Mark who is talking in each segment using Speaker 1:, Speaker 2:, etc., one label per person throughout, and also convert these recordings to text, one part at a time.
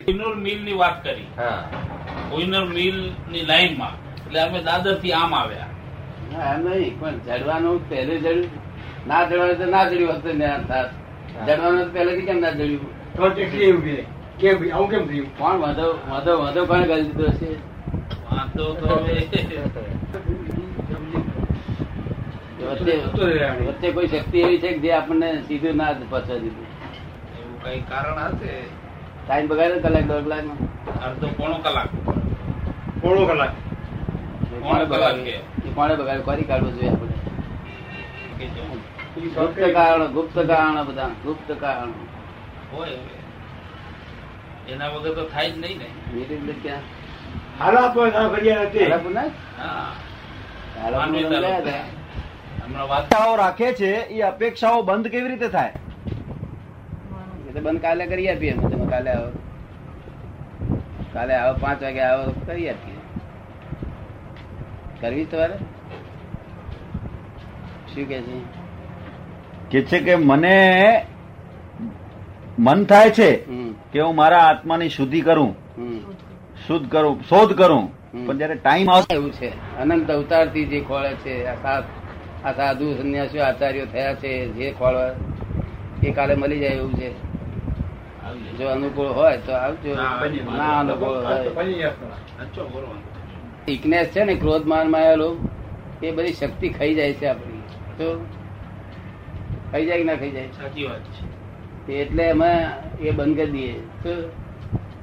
Speaker 1: Kohinoor mill ની વાત કરી
Speaker 2: હા
Speaker 1: કોહિનૂર મિલ ની લાઈન માં એટલે અમે દાદર થી આમ આવ્યા
Speaker 3: ના, એમ નહીં પણ જડવાનું પહેલે જડ્યું ના જડવાનું તો ના જડ્યું હતું ને આ થાત. જડવાનું તો પહેલેથી કેમ ના જડ્યું
Speaker 4: તો ટેકરી એમ કે કેમ ભઈ? આવું કેમ થયું
Speaker 3: કોણ વધો વધો વધો કોણ કરી દીધો છે
Speaker 1: વાંધો તો હવે
Speaker 3: વચ્ચે
Speaker 4: તો રહેવાનું.
Speaker 3: વચ્ચે કોઈ શક્તિ એવી છે કે જે આપણને સીધું ના જ પહોંચવા દીધું
Speaker 1: એવું કઈ કારણ હશે
Speaker 3: ટાઈમ બગાડ્યો કલાક દોઢ કલાકનો
Speaker 1: અડધો પોણો કલાક
Speaker 4: પોણો કલાક
Speaker 3: એ
Speaker 1: કોણે
Speaker 3: કોણે
Speaker 1: બગાડ્યો?
Speaker 3: બગાડ્યો એ કોણે બગાડ્યો કોની કાઢવો જોઈએ આપણે
Speaker 1: કે જો
Speaker 3: ગુપ્ત કારણો ગુપ્ત કારણો બધા ગુપ્ત કારણો
Speaker 1: હોય હવે. એના વગર તો થાય જ નહીં ને
Speaker 3: એટલે એટલે ક્યાં
Speaker 4: હાલા પણ ના ફરિયાદ હતી
Speaker 3: આલાપુર ના
Speaker 1: હા
Speaker 3: જ? આલાપુર
Speaker 1: માનવી
Speaker 3: અમે ગયા
Speaker 1: તાલુકા.
Speaker 3: હતા.
Speaker 1: હમણાં વાત
Speaker 2: અપેક્ષાઓ રાખે છે એ અપેક્ષાઓ બંધ કેવી રીતે થાય
Speaker 3: એ તો બંધ કાલે કરી આપીએ અમે. તમે કાલે આવો કાલે આવો પાંચ વાગે આવો કરી આપીએ કરવી છે તમારે શું કે છે
Speaker 2: કે છે કે મને મન થાય છે
Speaker 3: હમ
Speaker 2: કે હું મારા આત્માની શુદ્ધિ કરું
Speaker 3: હમ
Speaker 2: શુદ્ધ કરું શોધ કરું
Speaker 3: હમ.
Speaker 2: પણ જયારે ટાઈમ આવશે
Speaker 3: એવું છે અનંત અવતારથી જે ખોળે છે આ સાત આ સાધુ સંન્યાસીઓ આચાર્યો થયા છે જે ખોળવા એ કાલે મળી જાય એવું છે
Speaker 1: આવી
Speaker 3: જો અનુકૂળ હોય તો આવજો
Speaker 1: ના, આવજો.
Speaker 3: ના અનુકૂળ હોય
Speaker 4: પંજી આપતા.
Speaker 1: જાય. સાચો બોલો.
Speaker 3: વીકનેસ છે ને ક્રોધ માન માયેલો એ બધી શક્તિ ખાઈ જાય છે આપણી તો ખાઈ જાય કે ના ખાઈ જાય
Speaker 1: સાચી વાત છે
Speaker 3: તે એટલે એમાં એ બંધ કરી દઈએ તો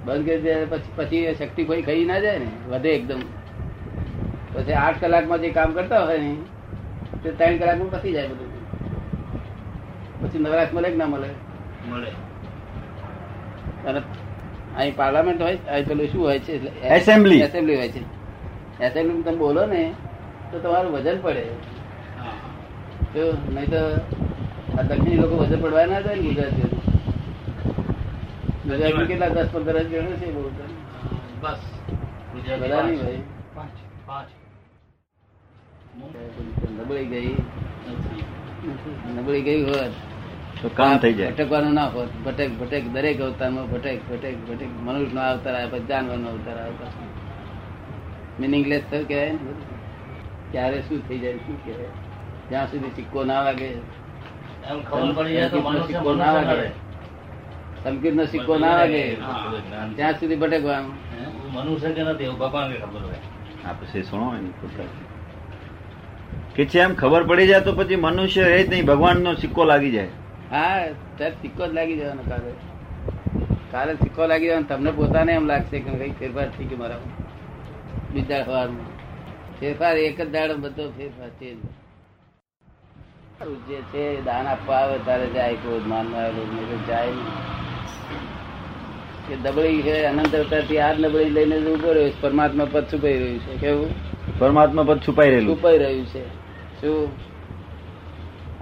Speaker 3: બંધ કરી દે પછી પછી એ શક્તિ કોઈ ખાઈ ના જાય ને વધે એકદમ પછી આઠ કલાકમાં જે કામ કરતા હોય ને તે ત્રણ કલાકમાં પતી જાય બધું પછી નવરાશ મળે કે ના મળે
Speaker 1: મળે
Speaker 3: અને અહીં પાર્લામેન્ટ હોય અહીં પેલું શું હોય છે
Speaker 2: Assembly.
Speaker 3: એસેમ્બલી હોય છે એસેમ્બલી તમે બોલો ને તો તમારું વજન પડે
Speaker 1: હા
Speaker 3: જો નહીં તો આ દક્ષિણી લોકો વજન પડવા ના જાય ને ગુજરાતીઓ ગુજરાતી કેટલા દસ પંદર જ જણા છે બહુ તો.
Speaker 1: બસ
Speaker 3: બધા નહીં ભાઈ
Speaker 4: પાંચ.
Speaker 1: પાંચ
Speaker 3: નબળી ગઈ નબળી ગઈ હોત
Speaker 2: તો કામ થઈ જાય
Speaker 3: ભટકવાનું ના હોત ભટક ભટક દરેક અવતારમાં ભટક ભટક ભટક મનુષ્યનો અવતાર આવે પછી જાનવરનો અવતાર આવે પછી મિનિંગલેસ થયું કહેવાય ને બધું. ક્યારે શું થઈ જાય શું કહેવાય જ્યાં સુધી સિક્કો ના વાગે
Speaker 5: એમ ખબર પડી જાય તો મનુષ્ય
Speaker 3: સિક્કો ના
Speaker 5: મનુષ્ય
Speaker 3: વાગે
Speaker 5: નડે.
Speaker 3: સંકીર્ણનો સિક્કો ના વાગે ત્યાં સુધી ભટકવાનું
Speaker 5: હે? મનુષ્ય કે નથી એવું ભગવાન કે ખબર હોય
Speaker 2: આ પછી સુણો એની પોતાની. કે છે એમ ખબર પડી જાય તો પછી મનુષ્ય રહે જ નહીં ભગવાનનો સિક્કો લાગી જાય
Speaker 3: હા ત્યારે સિક્કો જ લાગી જવાનો કાલે કાલે સિક્કો લાગી જવાનો તમને પોતાને એમ લાગશે કે કઈ ફેરફાર થઈ ગયો મારા બીજા સવારમાં ફેરફાર એક જ દાડો બધો ફેરફાર છે જ. જે છે એ દાન આપવા આવે ત્યારે જાય ક્રોધ માનમાં આવેલો નહીં તો જાય નહીં. એ દબળી છે અનંત અવતારથી આ જ નબળી લઈને જ ઉભો રહ્યો છે. પરમાત્મા પદ છુપાઈ રહ્યું છે કેવું
Speaker 2: પરમાત્મા પદ છુપાઈ રહેલું
Speaker 3: છુપાઈ રહ્યું છે શું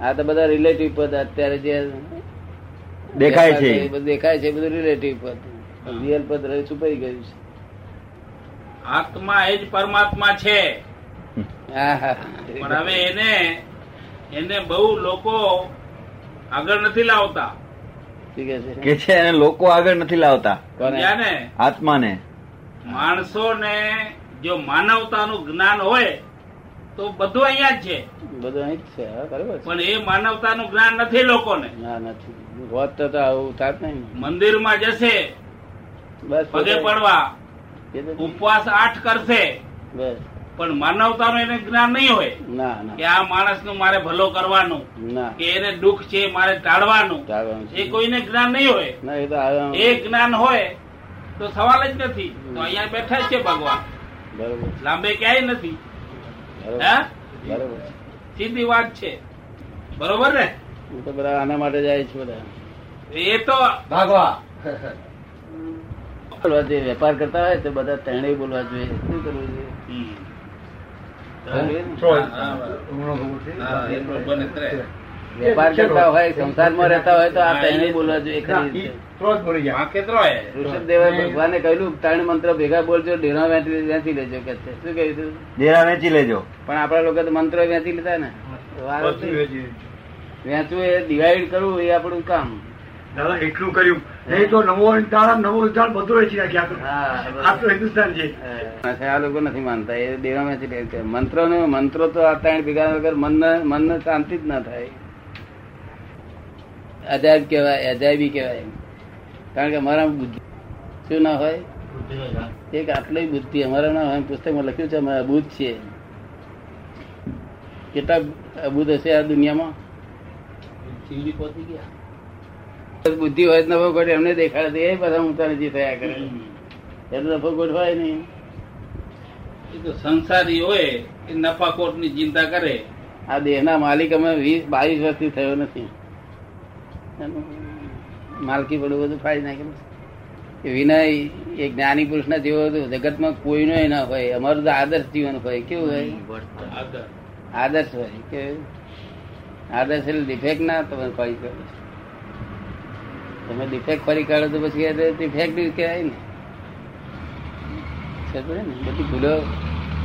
Speaker 3: આ તો બધા રિલેટિવ પદ અત્યારે જે
Speaker 2: દેખાય છે
Speaker 3: એ બધું દેખાય છે એ બધું રિલેટિવ પદ રિયલ પદ રહ્યું છુપાઈ ગયું છે
Speaker 1: આત્મા એ જ પરમાત્મા છે
Speaker 3: હા હા
Speaker 1: પણ હવે એને એને બહુ લોકો આગળ નથી લાવતા
Speaker 3: શું કહે છે?
Speaker 2: કે છે એને લોકો આગળ નથી લાવતા
Speaker 3: કોને?
Speaker 1: સમજ્યા ને
Speaker 2: આત્માને
Speaker 1: માણસોને જો માનવતાનું જ્ઞાન હોય તો બધું અહીંયા જ છે
Speaker 3: બધું અહીં જ છે હા, બરોબર છે.
Speaker 1: પણ એ માનવતાનું જ્ઞાન નથી લોકોને
Speaker 3: ના નથી હોત તો તો આવું થાત નહીં ને.
Speaker 1: મંદિરમાં જશે
Speaker 3: બસ
Speaker 1: પગે
Speaker 3: પોતાની-
Speaker 1: પડવા
Speaker 3: એ તો-
Speaker 1: ઉપવાસ આઠ કરશે
Speaker 3: બસ
Speaker 1: પણ માનવતાનું એને જ્ઞાન નહીં હોય
Speaker 3: ના ના
Speaker 1: કે આ માણસનું મારે ભલો કરવાનું
Speaker 3: ના
Speaker 1: કે એને દુઃખ છે એ મારે ટાળવાનું
Speaker 3: ચાલવાનું
Speaker 1: એ
Speaker 3: છે.
Speaker 1: કોઈને જ્ઞાન નહીં હોય
Speaker 3: ના એ તો આવે
Speaker 1: એ જ્ઞાન હોય તો સવાલ જ નથી તો અહીંયા બેઠા જ છે ભગવાન
Speaker 3: બરોબર છે,
Speaker 1: લાંબે ક્યાંય નથી
Speaker 3: બરોબર
Speaker 1: હા
Speaker 3: છે, બરોબર છે.
Speaker 1: સીધી વાત છે બરોબર ને
Speaker 3: હું તો બધા આના માટે જાય છે બધા
Speaker 1: એ તો
Speaker 5: ભાગવા
Speaker 3: બોલવા જોઈએ વેપાર કરતા હોય તો બધા તેણે બોલવા જોઈએ શું કરવું જોઈએ
Speaker 1: હમ.
Speaker 3: બરોબર ને?
Speaker 4: ત્રણ.
Speaker 1: હા, બરાબર.
Speaker 4: હમણાં ખબર છે.
Speaker 1: હા, એ બને ત્રણ.
Speaker 3: વેપાર કરતા હોય સંસારમાં રહેતા હોય તો આ તેણે બોલવા જોઈએ
Speaker 4: ના,
Speaker 3: ખરી
Speaker 4: ઈ
Speaker 3: રીતે.
Speaker 4: ત્રણ જ બોલી જાય.
Speaker 1: વાંકે ત્રણે.
Speaker 3: ઋષભદેવે ભગવાને કહેલું ત્રણ મંત્ર ભેગા બોલજો ડેરા વેચી વેચી લેજો કે છે શું કહ્યું તું?
Speaker 2: ડેરા વેચી લેજો
Speaker 3: પણ આપણા લોકો તો મંત્ર વેચી લીધા ને વાર
Speaker 4: બધું
Speaker 3: હતી.
Speaker 4: વેચી.
Speaker 3: વેચવું એ ડિવાઈડ કરવું એ આપણું કામ
Speaker 4: દાદા એટલું કર્યું નહીં તો નવો દાદા નવો ઉદ્ધાર બધું રચી નાખ્યા
Speaker 3: હા,
Speaker 4: આ તો હિન્દુસ્તાન છે
Speaker 3: પાછા આ લોકો નથી માનતા એ દેવામાં છે કે કે મંત્રો ને મંત્રો તો આ ત્રણ ભેગા વગર મન મન શાંતિ જ ના થાય અજાયબ કહેવાય અજાયબી કહેવાય કારણ કે અમારા બુદ્ધિ શું ના હોય
Speaker 5: બુદ્ધિનો જાણ.
Speaker 3: એક આટલી બુદ્ધિ અમારા ના હોય એમ પુસ્તકમાં લખ્યું છે અમે અબૂત છીએ કેટલા અબૂત હશે આ દુનિયામાં
Speaker 5: શિવજી પહોંચી ગયા
Speaker 3: બુદ્ધિ હોય તો નફો ગોઠવે એમને દેખાડે તો એ બધા ઊંચાનીચી થયા કરે એનો નફો ગોઠવાય નહીં
Speaker 1: એ તો સંસારી હોય એ નફાખોટની ચિંતા કરે
Speaker 3: આ દેહના માલિક અમે વીસ બાવીસ વર્ષથી થયો નથી એનું માલકી પડવું બધું ફાડી નાખેલું છે. એ વિનય એ જ્ઞાની પુરુષના જેવો હતો જગતમાં કોઈનો ય ના હોય અમારું તો આદર્શ જીવન હોય કેવું હોય
Speaker 1: આગળ
Speaker 3: આદર્શ હોય કે આદર્શ એટલે ડિફેક્ટ ના તમે ફરી કાઢો તમે ડિફેક્ટ ફરી કાઢો તો પછી ડિફેક્ટ કહેવાય ને સમજાય ને? બધી ભૂલો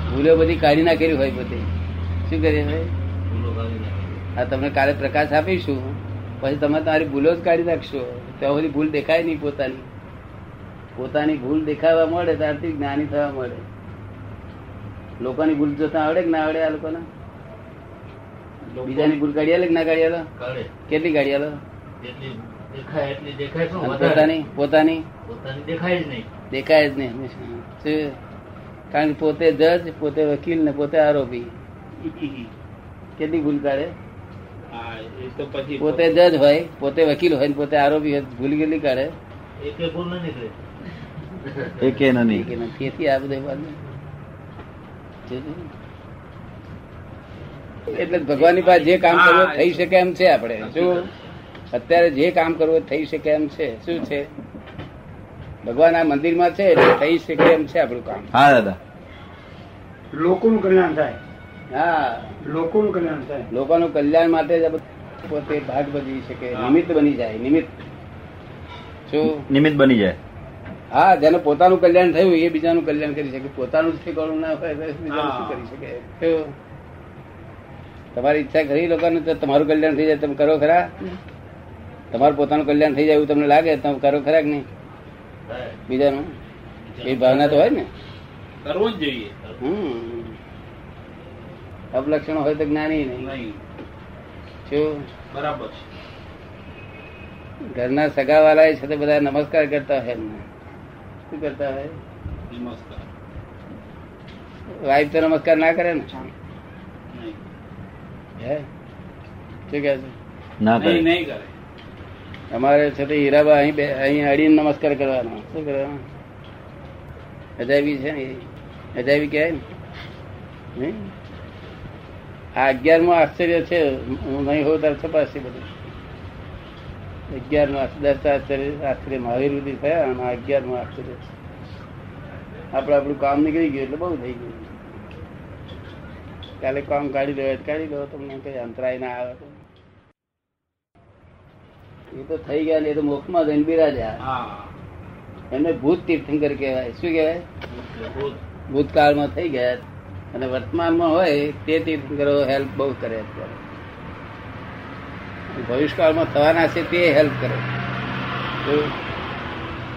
Speaker 3: ભૂલો બધી કાઢી નાખેલી હોય બધી શું કરીએ ભાઈ
Speaker 5: ભૂલો કાઢી નાખી.
Speaker 3: આ તમને કાલે પ્રકાશ આપીશું પછી તમે તમારી ભૂલો જ કાઢી નાખશો ત્યાં સુધી ભૂલ દેખાય નહીં પોતાની પોતાની ભૂલ દેખાવા મળે ત્યારથી જ્ઞાની થવા મળે લોકોની ભૂલ જોતા આવડે કે ના આવડે આ લોકોને
Speaker 1: લોકો-
Speaker 3: બીજાની ભૂલ કાઢી આલે કે ના કાઢી આલે
Speaker 5: કાઢે.
Speaker 3: કેટલી કાઢી આલે
Speaker 5: જેટલી દેખાય એટલી દેખાય શું
Speaker 3: અને
Speaker 5: વધારે
Speaker 3: પોતાની પોતાની
Speaker 5: પોતાની દેખાય જ નહીં
Speaker 3: દેખાય જ નહીં હંમેશા શું? કારણ કે પોતે જજ પોતે વકીલ ને પોતે આરોપી કેટલી ભૂલ કાઢે
Speaker 1: હા, એ તો પછી
Speaker 3: પોતે જજ હોય પોતે વકીલ હોય ને પોતે આરોપી હોય ભૂલ કેટલી કાઢે
Speaker 5: એકે ભૂલ ન નીકળે
Speaker 2: એકે
Speaker 3: કે
Speaker 2: નહીં
Speaker 3: નથી એથી આ બધે વાત નહીં. જોજો. એટલે ભગવાનની પાસે જે કામ કરવું હોય થઈ શકે એમ છે આપણે શું અત્યારે જે કામ કરવું હોય થઈ શકે એમ છે શું છે ભગવાન આ મંદિરમાં છે એટલે થઈ શકે એમ છે આપણું કામ
Speaker 2: હા દાદા
Speaker 4: લોકોનું કલ્યાણ થાય
Speaker 3: હા
Speaker 4: લોકોનું કલ્યાણ થાય
Speaker 3: લોકોનું કલ્યાણ માટે જ આ બધું પોતે ભાગ ભજવી શકે નિમિત્ત બની જાય નિમિત્ત શું
Speaker 2: નિમિત્ત બની જાય
Speaker 3: હા જેને પોતાનું કલ્યાણ થયું એ બીજાનું કલ્યાણ કરી શકે પોતાનું જ ઠેકાણું ના હોય તો બીજાનું શું કરી શકે કેવું? તમારી ઈચ્છા ખરી લોકોને તો તમારું કલ્યાણ થઈ જાય તમે કરો ખરા તમારું પોતાનું કલ્યાણ થઈ જાય એવું તમને લાગે તમે કરો ખરા કે નહીં
Speaker 5: થાય.
Speaker 3: બીજાનું એ ભાવના તો હોય ને
Speaker 1: કરવું જ જોઈએ
Speaker 3: હમ અપલક્ષણ હોય તો જ્ઞાની નહીં
Speaker 1: નહીં
Speaker 3: શું
Speaker 1: બરાબર છે
Speaker 3: ઘરના સગાવાળા એ સાથે બધા નમસ્કાર કરતા હોય એમને શું કરતા હોય
Speaker 1: નમસ્કાર
Speaker 3: વાઈફ તો નમસ્કાર ના કરે ને
Speaker 1: નહીં
Speaker 3: હે શું કહે છે
Speaker 2: ના
Speaker 1: નહીં
Speaker 2: કરે
Speaker 1: નહીં કરે
Speaker 3: અમારે છે તે હીરાબા અહીં બે- અહીં અડીને નમસ્કાર કરવાનો શું કરવાનો અજાયબી છે ને એ અજાયબી કહેવાય ને નહીં? આ અગિયારમાં આશ્ચર્ય છે હું નહીં હોઉં ત્યારે તપાસી બધું અગિયારમાં દસ આશ્ચર્ય આશ્ચર્ય મહાવીર સુધી થયા અને આ અગિયારમાં આશ્ચર્ય છે આપણે આપણું કામ નીકળી ગયું એટલે બહુ થઈ ગયું કાલે કામ કાઢી લેવાય તો કાઢી લો તમને કઈ અંતરાય ના આવે તો એ તો થઈ ગયા ને એ તો મોક્ષમાં જઈને બિરાજ્યા
Speaker 1: હા
Speaker 3: એમને ભૂત તીર્થંકર કહેવાય શું કહેવાય
Speaker 5: ભૂલ.
Speaker 3: ભૂતકાળમાં થઈ ગયા અને વર્તમાનમાં હોય તે તીર્થંકરો હેલ્પ બહુ કરે અત્યારે. ભવિષ્યકાળમાં થવાના છે તે હેલ્પ કરે તો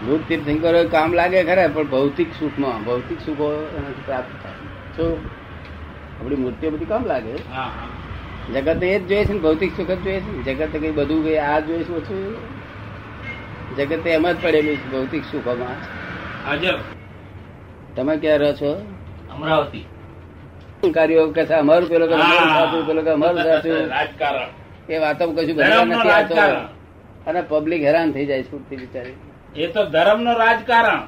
Speaker 3: ભૂત તીર્થંકરો કામ લાગે ખરા પણ ભૌતિક સુખમાં ભૌતિક સુખો એનાથી પ્રાપ્ત થાય શું આપણી મૂર્તિઓ બધી કામ લાગે
Speaker 1: હા હા
Speaker 3: જગત એ જ જોઈએ છે ને ભૌતિક સુખ જ જોઈએ છે ને જગત કઈ બધું કઈ આ જોઈએ છે ઓછું જગત એમ જ પડેલું છે ભૌતિક સુખોમાં
Speaker 1: હાજર
Speaker 3: તમે ક્યાં રહો છો
Speaker 5: અમરાવતી
Speaker 3: કાર્યો કે છે, અમારું પેલો કે અમારું સાચું પેલો કે અમારું સાચું
Speaker 1: રાજકારણ
Speaker 3: એ વાતો કશું ભગવાન
Speaker 1: ધર્મનો
Speaker 3: નથી આવતો
Speaker 1: રાજકારણ
Speaker 3: અને પબ્લિક હેરાન થઈ જાય છૂટતી બિચારી
Speaker 1: એ તો ધર્મનો રાજકારણ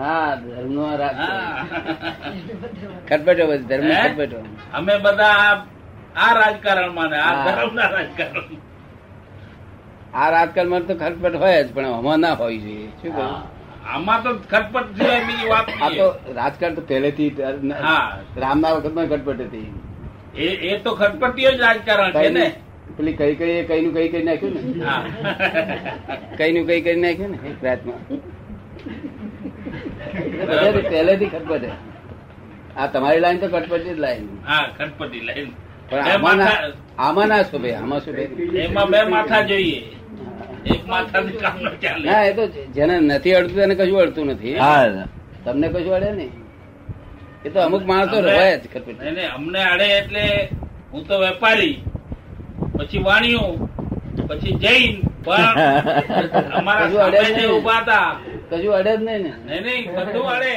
Speaker 3: હા ધર્મનો રાજ
Speaker 1: હા.
Speaker 3: ખટપટો બસ ધર્મ
Speaker 1: હે?
Speaker 3: ખટપટો
Speaker 1: અમે બધા આ- આ રાજકારણ માને આ
Speaker 3: હા.
Speaker 1: ધર્મના રાજકારણ
Speaker 3: આ રાજકારણમાં તો ખટપટ હોય જ પણ આમાં ના હોવી જોઈએ શું કહ્યું
Speaker 1: હા. આમાં તો ખટપટ સિવાય બીજી વાત
Speaker 3: આ
Speaker 1: નહીં.
Speaker 3: તો રાજકારણ તો પહેલેથી જ
Speaker 1: હા.
Speaker 3: રામના વખતમાં ખટપટ હતી
Speaker 1: એ એ તો ખટપટીય જ રાજકારણ છે ને
Speaker 3: પેલી કઈ કઈ એ કઈનું કઈ કરી નાખ્યું ને
Speaker 1: હા
Speaker 3: કઈનું કઈ કરી નાખ્યું ને એક રાતમાં પહેલેથી- પહેલેથી ખટપટ છે. આ તમારી લાઈન તો ખટપટી જ લાઈન
Speaker 1: હા ખટપટી લાઈન બે
Speaker 3: પણ આમાં ના
Speaker 1: માથા-
Speaker 3: આમાં ના શોભે આમાં શોભે
Speaker 1: એમાં બે માથા જોઈએ
Speaker 3: હા.
Speaker 1: એક માથાનું કામ ન ચાલે
Speaker 3: ના એ તો જેને નથી અડતું તેને કશું અડતું નથી
Speaker 2: હા
Speaker 3: તમને કશું અડે નહીં એ તો અમુક માણસો
Speaker 1: અમને-
Speaker 3: રવાય જ ખરપેટ
Speaker 1: નહીં, નહીં, અમને આડે એટલે હું તો વેપારી પછી વાણિયો પછી જૈન પણ અમારા
Speaker 3: હજુ અડે
Speaker 1: સામે જે
Speaker 3: નહીં.
Speaker 1: ઉભા હતા
Speaker 3: કશું અડે જ નહીં ને
Speaker 1: નહીં નહીં બધું આડે